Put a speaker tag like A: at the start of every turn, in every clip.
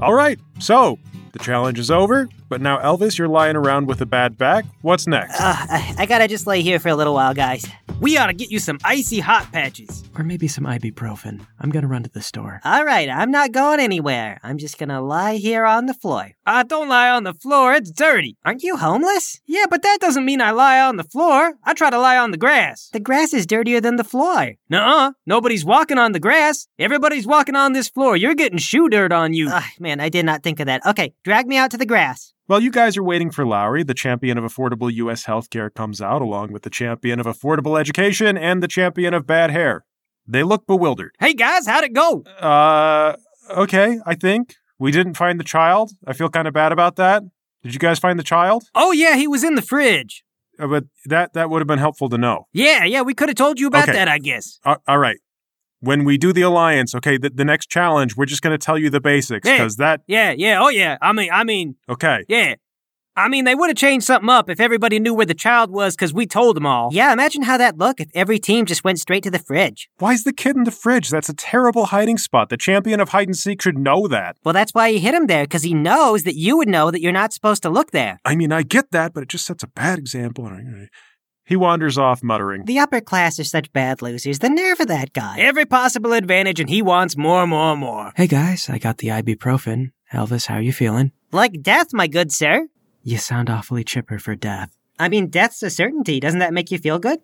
A: All right, so the challenge is over, but now, Elvis, you're lying around with a bad back. What's next?
B: Ugh, I, I gotta just lay here for a little while, guys. We ought to get you some icy hot patches.
C: Or maybe some ibuprofen. I'm gonna run to the store.
B: All right, I'm not going anywhere. I'm just gonna lie here on the floor. Ah, don't lie on the floor. It's dirty. Aren't you homeless? Yeah, but that doesn't mean I lie on the floor. I try to lie on the grass. The grass is dirtier than the floor. Nuh-uh. Nobody's walking on the grass. Everybody's walking on this floor. You're getting shoe dirt on you.
D: Ugh, man, I did not think of that. Okay, drag me out to the grass.
A: While you guys are waiting for Lowry, the champion of affordable U.S. healthcare comes out along with the champion of affordable education and the champion of bad hair. They look bewildered.
B: Hey guys, how'd it go?
A: Uh, okay, I think. We didn't find the child. I feel kind of bad about that. Did you guys find the child?
B: Oh yeah, he was in the fridge.
A: Uh, but that, that would have been helpful to know.
B: Yeah, yeah, we could have told you about
A: Okay.
B: that, I guess.
A: Uh, all right. When we do the alliance, okay, the, the next challenge, we're just going to tell you the basics
B: Hey.
A: because that,
B: Yeah, yeah, oh yeah. I mean, I mean,
A: okay.
B: yeah. I mean, they would have changed something up if everybody knew where the child was because we told them all.
D: Yeah, imagine how that'd look if every team just went straight to the fridge.
A: Why's the kid in the fridge? That's a terrible hiding spot. The champion of hide and seek should know that.
D: Well, that's why he hid him there, because he knows that you would know that you're not supposed to look there.
A: I mean, I get that, but it just sets a bad example. And I- He wanders off muttering.
D: The upper class are such bad losers. The nerve of that guy.
B: Every possible advantage, and he wants more, more, more.
C: Hey guys, I got the ibuprofen. Elvis, how you feeling?
D: Like death, my good sir.
C: You sound awfully chipper for death.
D: I mean, death's a certainty. Doesn't that make you feel good?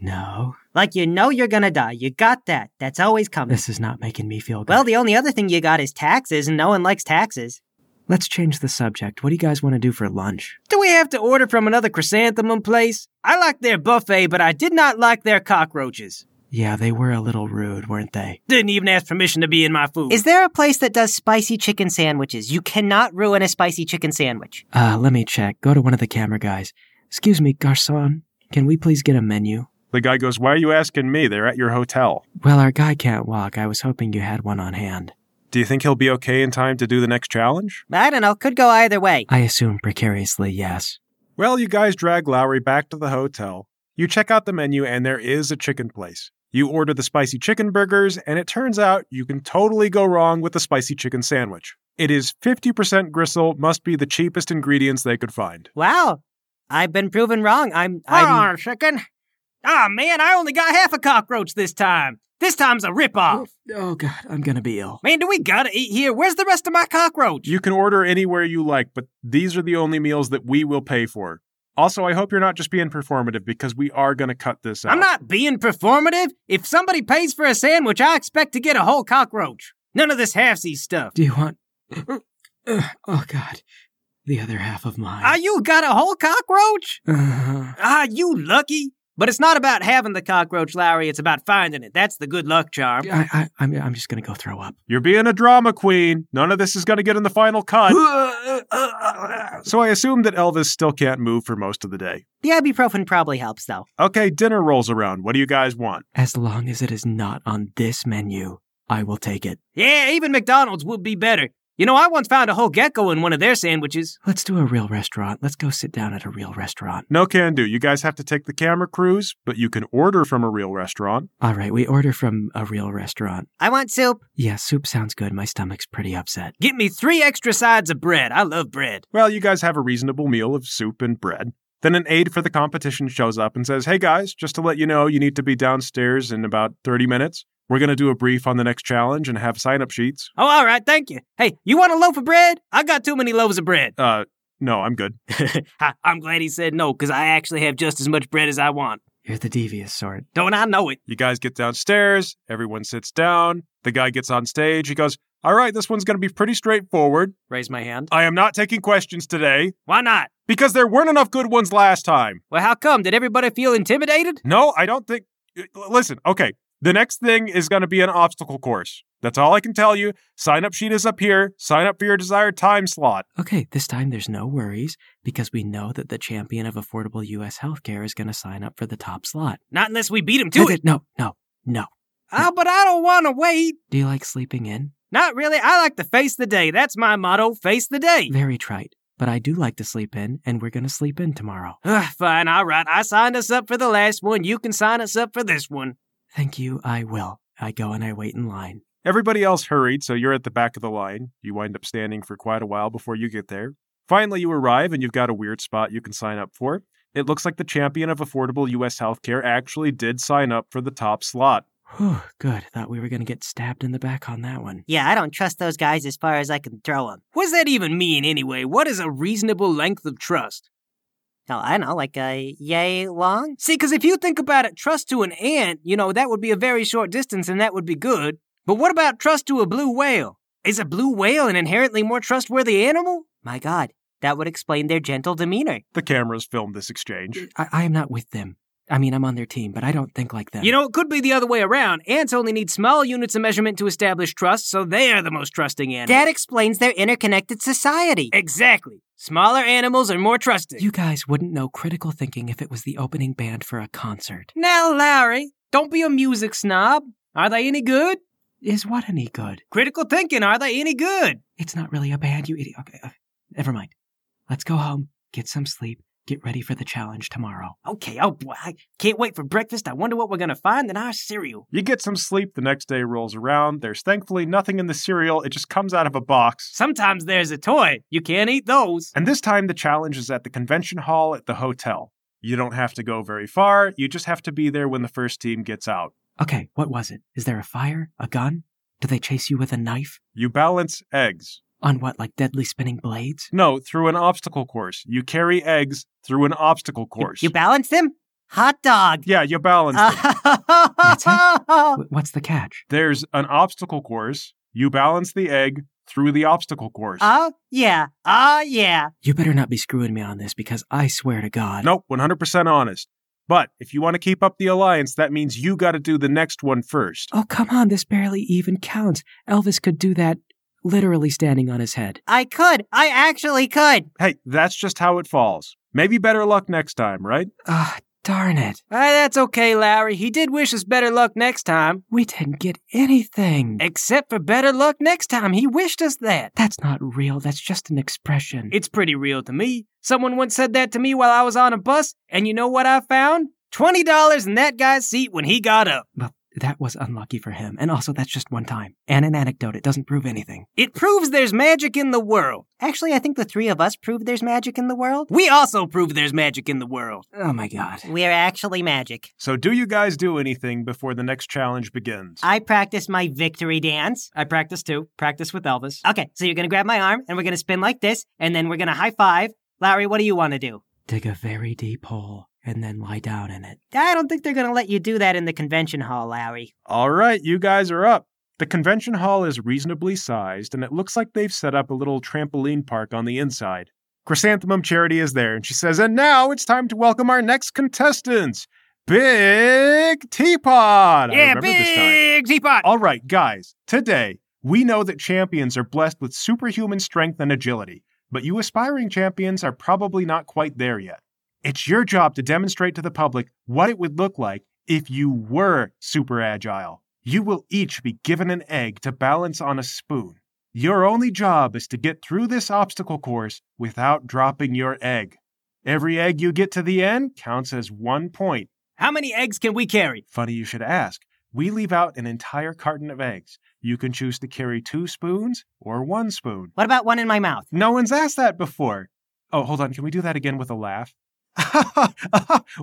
C: No,
D: Like you know you're gonna die. You got that. That's always coming.
C: this is not making me feel good.
D: Well, the only other thing you got is taxes, and no one likes taxes.
C: let's change the subject. What do you guys want to do for lunch?
B: Do we have to order from another chrysanthemum place? I like their buffet, but I did not like their cockroaches.
C: Yeah, they were a little rude, weren't they?
B: Didn't even ask permission to be in my food.
D: Is there a place that does spicy chicken sandwiches? You cannot ruin a spicy chicken sandwich.
C: Uh, let me check. Go to one of the camera guys. Excuse me, garçon. Can we please get a menu?
A: The guy goes, Why are you asking me? They're at your hotel.
C: Well, our guy can't walk. I was hoping you had one on hand.
A: Do you think he'll be okay in time to do the next challenge?
D: I don't know. Could go either way.
C: I assume precariously, yes.
A: Well, you guys drag Lowry back to the hotel. You check out the menu, and there is a chicken place. You order the spicy chicken burgers, and it turns out you can totally go wrong with the spicy chicken sandwich. It is 50% gristle, must be the cheapest ingredients they could find.
D: Wow. I've been proven wrong. I'm.
B: Hold
D: I'm
B: on a second. Ah, man, I only got half a cockroach this time. This time's a ripoff.
C: Oh, God, I'm gonna be ill.
B: Man, do we gotta eat here? Where's the rest of my cockroach?
A: You can order anywhere you like, but these are the only meals that we will pay for. Also, I hope you're not just being performative because we are going to cut this out.
B: I'm not being performative. If somebody pays for a sandwich, I expect to get a whole cockroach. None of this halfsy stuff.
C: Do you want. Oh, God. The other half of mine.
B: Ah, you got a whole cockroach?
C: Uh,
B: Ah, you lucky. But it's not about having the cockroach, Lowry. It's about finding it. That's the good luck charm.
C: I, I, I'm, I'm just gonna go throw up.
A: You're being a drama queen. None of this is going to get in the final cut. so I assume that Elvis still can't move for most of the day.
D: the ibuprofen probably helps though.
A: Okay, dinner rolls around. What do you guys want?
C: As long as it is not on this menu, I will take it.
B: Yeah, even McDonald's would be better. You know, I once found a whole gecko in one of their sandwiches.
C: Let's do a real restaurant. Let's go sit down at a real restaurant.
A: No can do. You guys have to take the camera cruise, but you can order from a real restaurant.
C: All right, we order from a real restaurant.
D: I want soup.
C: Yeah, soup sounds good. My stomach's pretty upset.
B: Get me three extra sides of bread. I love bread.
A: Well, you guys have a reasonable meal of soup and bread. Then an aide for the competition shows up and says, Hey guys, just to let you know, you need to be downstairs in about 30 minutes. We're going to do a brief on the next challenge and have sign up sheets.
B: Oh, all right, thank you. Hey, you want a loaf of bread? I got too many loaves of bread.
A: Uh, no, I'm good.
B: Ha, I'm glad he said no, because I actually have just as much bread as I want.
C: You're the devious sort.
B: Don't I know it?
A: You guys get downstairs, everyone sits down. The guy gets on stage. He goes, All right, this one's going to be pretty straightforward.
B: Raise my hand.
A: I am not taking questions today
B: Why not?
A: because there weren't enough good ones last time.
B: Well, how come? Did everybody feel intimidated?
A: No, I don't think. uh, l- Listen, okay. The next thing is going to be an obstacle course. That's all I can tell you. Sign up sheet is up here. Sign up for your desired time slot.
C: Okay, this time there's no worries because we know that the champion of affordable U.S. healthcare is going to sign up for the top slot.
B: Not unless we beat him to it.
C: No, no, no.
B: Ah, but I don't want to wait.
C: Do you like sleeping in?
B: Not really. I like to face the day. That's my motto face the day.
C: Very trite, but I do like to sleep in, and we're going to sleep in tomorrow.
B: Ugh, fine, all right. I signed us up for the last one. You can sign us up for this one.
C: Thank you, I will. I go and I wait in line.
A: Everybody else hurried, so you're at the back of the line. You wind up standing for quite a while before you get there. Finally, you arrive and you've got a weird spot you can sign up for. It looks like the champion of affordable U.S. healthcare actually did sign up for the top slot.
C: Whew, good. Thought we were going to get stabbed in the back on that one.
B: Yeah, I don't trust those guys as far as I can throw them.
E: What does that even mean, anyway? What is a reasonable length of trust?
B: No, Oh, I know, like a yay long?
E: See, because if you think about it, trust to an ant, you know, that would be a very short distance and that would be good. But what about trust to a blue whale? Is a blue whale an inherently more trustworthy animal?
B: My God, that would explain their gentle demeanor.
A: The cameras filmed this exchange.
C: I, I am not with them. I mean, I'm on their team, but I don't think like them.
E: You know, it could be the other way around. Ants only need small units of measurement to establish trust, so they are the most trusting animal.
B: That explains their interconnected society.
E: exactly. Smaller animals are more trusting.
C: you guys wouldn't know critical thinking if it was the opening band for a concert.
E: Now, Larry, don't be a music snob. Are they any good?
C: Is what any good?
E: Critical thinking, are they any good?
C: It's not really a band, you idiot. Okay, uh, never mind. Let's go home, get some sleep, get ready for the challenge tomorrow.
E: Okay, oh boy, I can't wait for breakfast. I wonder what we're gonna find in our cereal.
A: You get some sleep, the next day rolls around. There's thankfully nothing in the cereal, it just comes out of a box.
E: Sometimes there's a toy. You can't eat those.
A: And this time, the challenge is at the convention hall at the hotel. You don't have to go very far, you just have to be there when the first team gets out.
C: Okay, what was it? Is there a fire? A gun? Do they chase you with a knife?
A: You balance eggs.
C: On what, like deadly spinning blades?
A: No, through an obstacle course. You carry eggs through an obstacle
B: You-
A: course.
B: You, Ah. balance them? Hot dog.
A: yeah, you balance them.
E: Uh,
C: Wh- What's the catch?
A: There's an obstacle course. You balance the egg through the obstacle course.
E: Uh,
B: Oh, yeah. Oh, yeah.
C: You better not be screwing me on this because I swear to God.
A: Nope, 100% honest. But if you want to keep up the alliance, that means you got to do the next one first.
C: Oh, come on, this barely even counts. Elvis could do that literally standing on his head.
B: I could. I actually could.
A: Hey, that's just how it falls. Maybe better luck next time, right?
C: Ah, darn it.
E: Ah, that's okay, Larry. He did wish us better luck next time.
C: We didn't get anything.
E: Except for better luck next time. He wished us that.
C: That's not real. That's just an expression.
E: It's pretty real to me. Someone once said that to me while I was on a bus, and you know what I found? $20 in that guy's seat when he got up.
C: well, that was unlucky for him. And also, that's just one time. And an anecdote. It doesn't prove anything.
E: It proves there's magic in the world.
B: Actually, I think the three of us prove there's magic in the world.
E: We also prove there's magic in the world.
C: Oh, my God.
B: We're actually magic.
A: So, do you guys do anything before the next challenge begins?
B: I practice my victory dance.
E: I practice too. Practice with Elvis.
B: Okay, so you're gonna grab my arm and we're gonna spin like this, and then we're gonna high five. Larry, what do you wanna do?
C: Dig a very deep hole and then lie down in it.
B: I don't think they're gonna let you do that in the convention hall, Larry.
A: All right, you guys are up. The convention hall is reasonably sized, and it looks like they've set up a little trampoline park on the inside. Chrysanthemum Charity is there, and she says, And now it's time to welcome our next contestants, Big Teapot. I
E: yeah,
A: remember this time.
E: big
B: Oh,
E: teapot.
A: All right, guys, today we know that champions are blessed with superhuman strength and agility, but you aspiring champions are probably not quite there yet. It's your job to demonstrate to the public what it would look like if you were super agile. You will each be given an egg to balance on a spoon. Your only job is to get through this obstacle course without dropping your egg. Every egg you get to the end counts as one point.
E: How many eggs can we carry?
A: Funny you should ask. We leave out an entire carton of eggs. You can choose to carry two spoons or one spoon.
B: What about one in my mouth?
A: No one's asked that before. Oh, hold on. Can we do that again with a laugh?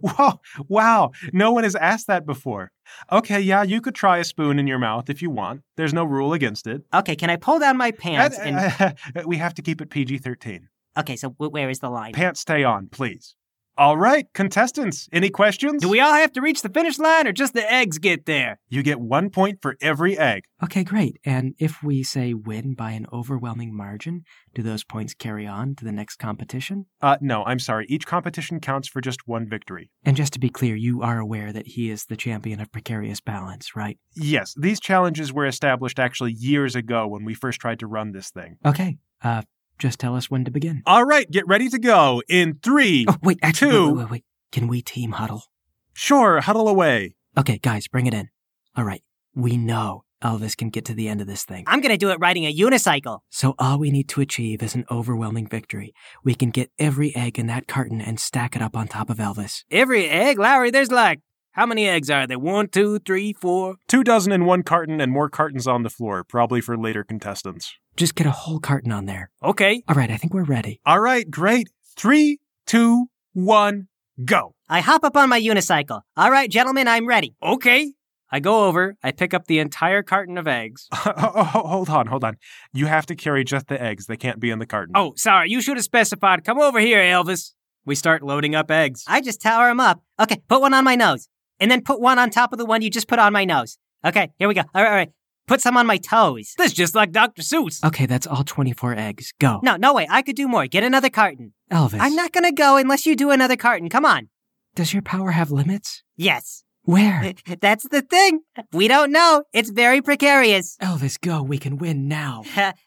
A: wow, wow. No one has asked that before. Okay, yeah, you could try a spoon in your mouth if you want. There's no rule against it.
B: Okay, can I pull down my pants? And
A: we have to keep it PG 13.
B: okay, so w- where is the line?
A: Pants stay on, please. All right, contestants, any questions?
E: Do we all have to reach the finish line or just the eggs get there?
A: You get one point for every egg.
C: Okay, great. And if we say win by an overwhelming margin, do those points carry on to the next competition?
A: Uh, no, I'm sorry. Each competition counts for just one victory.
C: And just to be clear, you are aware that he is the champion of precarious balance, right?
A: Yes, these challenges were established actually years ago when we first tried to run this thing.
C: Okay. Uh, just tell us when to begin.
A: All right, get ready to go in three.
C: Oh, wait, actually,
A: Two.
C: wait, wait, wait. Can we team huddle?
A: Sure, huddle away.
C: Okay, guys, bring it in. All right. We know Elvis can get to the end of this thing.
B: I'm gonna do it riding a unicycle.
C: So all we need to achieve is an overwhelming victory. We can get every egg in that carton and stack it up on top of Elvis.
E: Every egg, Lowry, there's like How many eggs are there? One, two, three, four.
A: Two dozen in one carton and more cartons on the floor, probably for later contestants.
C: Just get a whole carton on there.
E: Okay.
C: All right, I think we're ready.
A: All right, great. Three, two, one, go.
B: I hop up on my unicycle. All right, gentlemen, I'm ready.
E: Okay. I go over, I pick up the entire carton of eggs.
A: oh, oh, oh, hold on, hold on. You have to carry just the eggs. They can't be in the carton.
E: Oh, sorry, you should have specified. Come over here, Elvis. We start loading up eggs.
B: I just tower them up. Okay, put one on my nose. And then put one on top of the one you just put on my nose. Okay, here we go. All right, all right. Put some on my toes. Oh,
E: This is just like Dr. Seuss.
C: Okay, that's all 24 eggs. Go.
B: No, no way. I could do more. Get another carton.
C: Elvis.
B: I'm not gonna go unless you do another carton. Come on.
C: Does your power have limits?
B: Yes.
C: Where?
B: That's the thing. We don't know. It's very precarious.
C: Elvis, go. We can win now.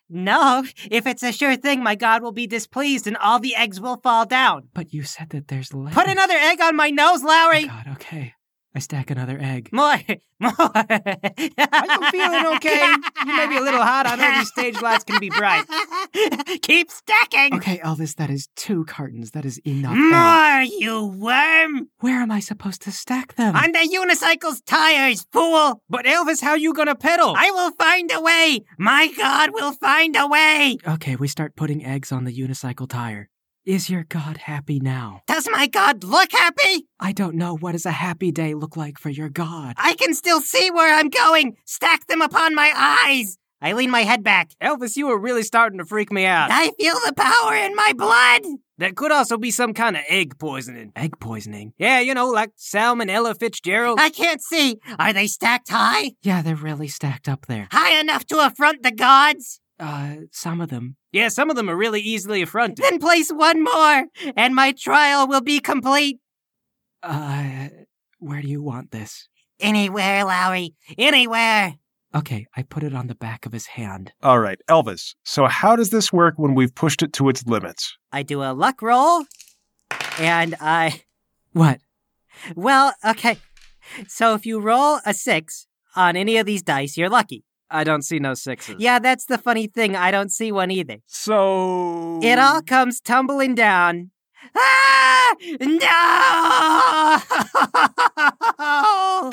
B: no, if it's a sure thing, my God will be displeased and all the eggs will fall down.
C: But you said that there's limits.
B: Put another egg on my nose,
C: Oh,
B: Lowry.
C: God, okay. I stack another egg.
B: More, more.
E: Are you feeling okay? You may be a little hot. I know these stage lights can be bright.
B: Keep stacking.
C: Okay, Elvis, that is two cartons. That is enough.
E: Mm,
C: eggs.
B: More, you worm.
C: Where am I supposed to stack them?
B: On the unicycle's tires, fool.
E: But Elvis, how you gonna pedal?
B: I will find a way. My God will find a way.
C: Okay, we start putting eggs on the unicycle tire. Is your God happy now?
B: Does my God look happy?
C: I don't know. What does a happy day look like for your God?
B: I can still see where I'm going. Stack them upon my eyes. I lean my head back.
E: Elvis, you are really starting to freak me out.
B: I feel the power in my blood.
E: That could also be some kind of egg poisoning.
C: Egg poisoning.
E: Yeah, you know, like Salmonella Fitzgerald.
B: I can't see. Are they stacked high?
C: Yeah, they're really stacked up there.
B: High enough to affront the gods?
C: Uh, some of them.
E: Yeah, some of them are really easily affronted.
B: Then place one more, and my trial will be complete.
C: Uh, where do you want this?
B: Anywhere, Lowry. Anywhere.
C: Okay, I put it on the back of his hand.
A: All right, Elvis. So, how does this work when we've pushed it to its limits?
B: I do a luck roll, and I.
C: What?
B: Well, okay. So if you roll a six on any of these dice, you're lucky.
E: I don't see no sixes.
B: Yeah, that's the funny thing. I don't see one either.
A: So.
B: It all comes tumbling down. Ah! No!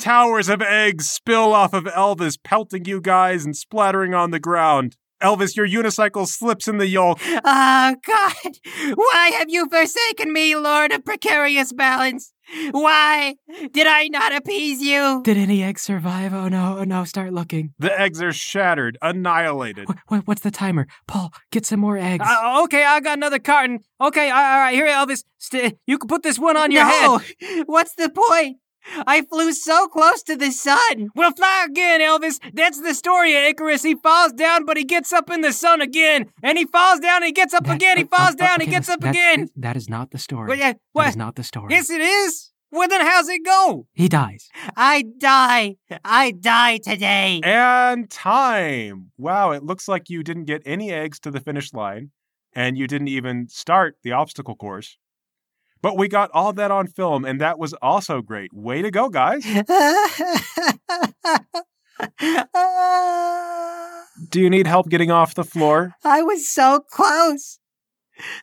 A: Towers of eggs spill off of Elvis, pelting you guys and splattering on the ground. Elvis, your unicycle slips in the yolk.
B: Oh, God! Why have you forsaken me, Lord of Precarious Balance? Why did I not appease you?
C: Did any eggs survive? Oh no, oh no, start looking.
A: The eggs are shattered, annihilated.
C: Wh- wh- what's the timer? Paul, get some more eggs.
E: Uh, okay, I got another carton. Okay, I- all right, here, Elvis. St- you can put this one on your
B: no!
E: head.
B: What's the point? I flew so close to the sun.
E: We'll fly again, Elvis. That's the story of Icarus. He falls down, but he gets up in the sun again. And he falls down, he gets up
C: That-
E: again. He
C: uh,
E: falls
C: uh,
E: down, he
C: okay,
E: gets
C: that's-
E: up
C: that's-
E: again.
C: That is not the story.
E: Well, yeah,
C: That
E: what?
C: is not the story.
E: Yes, it is. Well, then how's it go?
C: He dies.
B: I die. I die today.
A: And time. Wow, it looks like you didn't get any eggs to the finish line, and you didn't even start the obstacle course. But we got all that on film, and that was also great. Way to go, guys.
B: I
A: Do you need help getting off the floor?
B: was so close.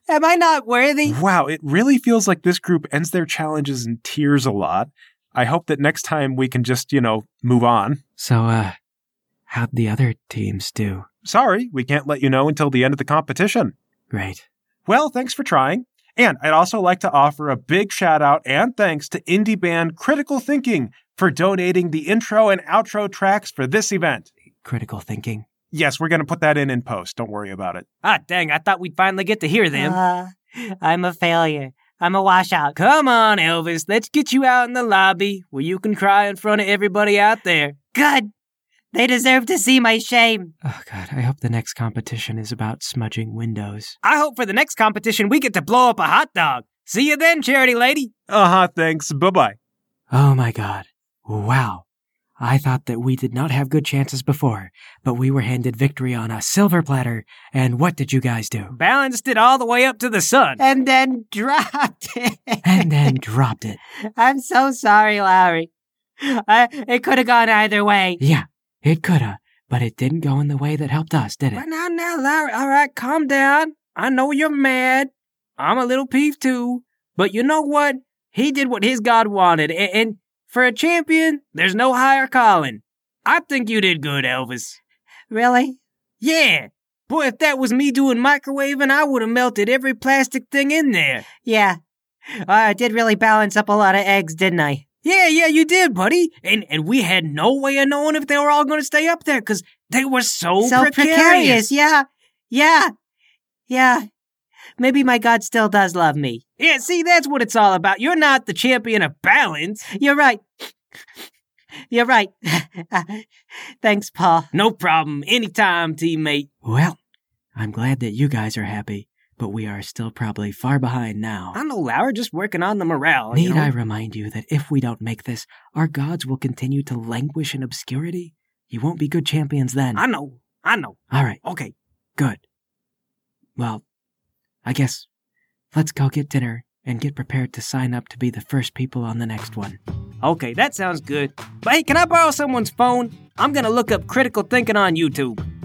B: Am I not worthy?
A: Wow, it really feels like this group ends their challenges in tears a lot. I hope that next time we can just, you know, move on.
C: So, uh, how'd the other teams do?
A: Sorry, we can't let you know until the end of the competition.
C: Great.
A: Well, thanks for trying. And I'd also like to offer a big shout out and thanks to indie band Critical Thinking for donating the intro and outro tracks for this event.
C: Critical thinking.
A: Yes, we're going to put that in in post. Don't worry about it.
E: Ah, dang, I thought we'd finally get to hear them.
B: Uh, I'm a failure. I'm a washout.
E: Come on, Elvis. Let's get you out in the lobby where you can cry in front of everybody out there.
B: Good. They deserve to see my shame.
C: Oh, God. I hope the next competition is about smudging windows.
E: I hope for the next competition we get to blow up a hot dog. See you then, charity lady.
A: Uh huh. Thanks. Bye bye.
C: Oh, my God. Wow. I thought that we did not have good chances before, but we were handed victory on a silver platter. And what did you guys do?
E: Balanced it all the way up to the sun.
B: And then dropped it.
C: And then dropped it.
B: I'm so sorry, Lowry. I, it could have gone either way.
C: Yeah, it coulda, but it didn't go in the way that helped us, did it?
E: Well, now, now, Larry, all right, calm down. I know you're mad. I'm a little peeved too. But you know what? He did what his God wanted. And, and For a champion, there's no higher calling. I think you did good, Elvis.
B: Really?
E: Yeah. Boy, if that was me doing microwaving, I would have melted every plastic thing in there.
B: Yeah. Uh, I did really balance up a lot of eggs, didn't I?
E: Yeah, yeah, you did, buddy. And and we had no way of knowing if they were all going to stay up there because they were so,
B: so
E: precarious.
B: precarious. Yeah. Yeah. Yeah. Maybe my God still does love me.
E: Yeah, see, that's what it's all about. You're not the champion of balance.
B: You're right. You're right. Thanks, Paul.
E: No problem. Anytime, teammate.
C: Well, I'm glad that you guys are happy, but we are still probably far behind now.
E: I know, Laura, just working on the morale.
C: Need
E: you know?
C: I remind you that if we don't make this, our gods will continue to languish in obscurity? You won't be good champions then.
E: I know. I know.
C: All right,
E: Okay.
C: good. Well, I guess let's go get dinner and get prepared to sign up to be the first people on the next one.
E: Okay, that sounds good. But hey, can I borrow someone's phone? I'm going to look up critical thinking on YouTube.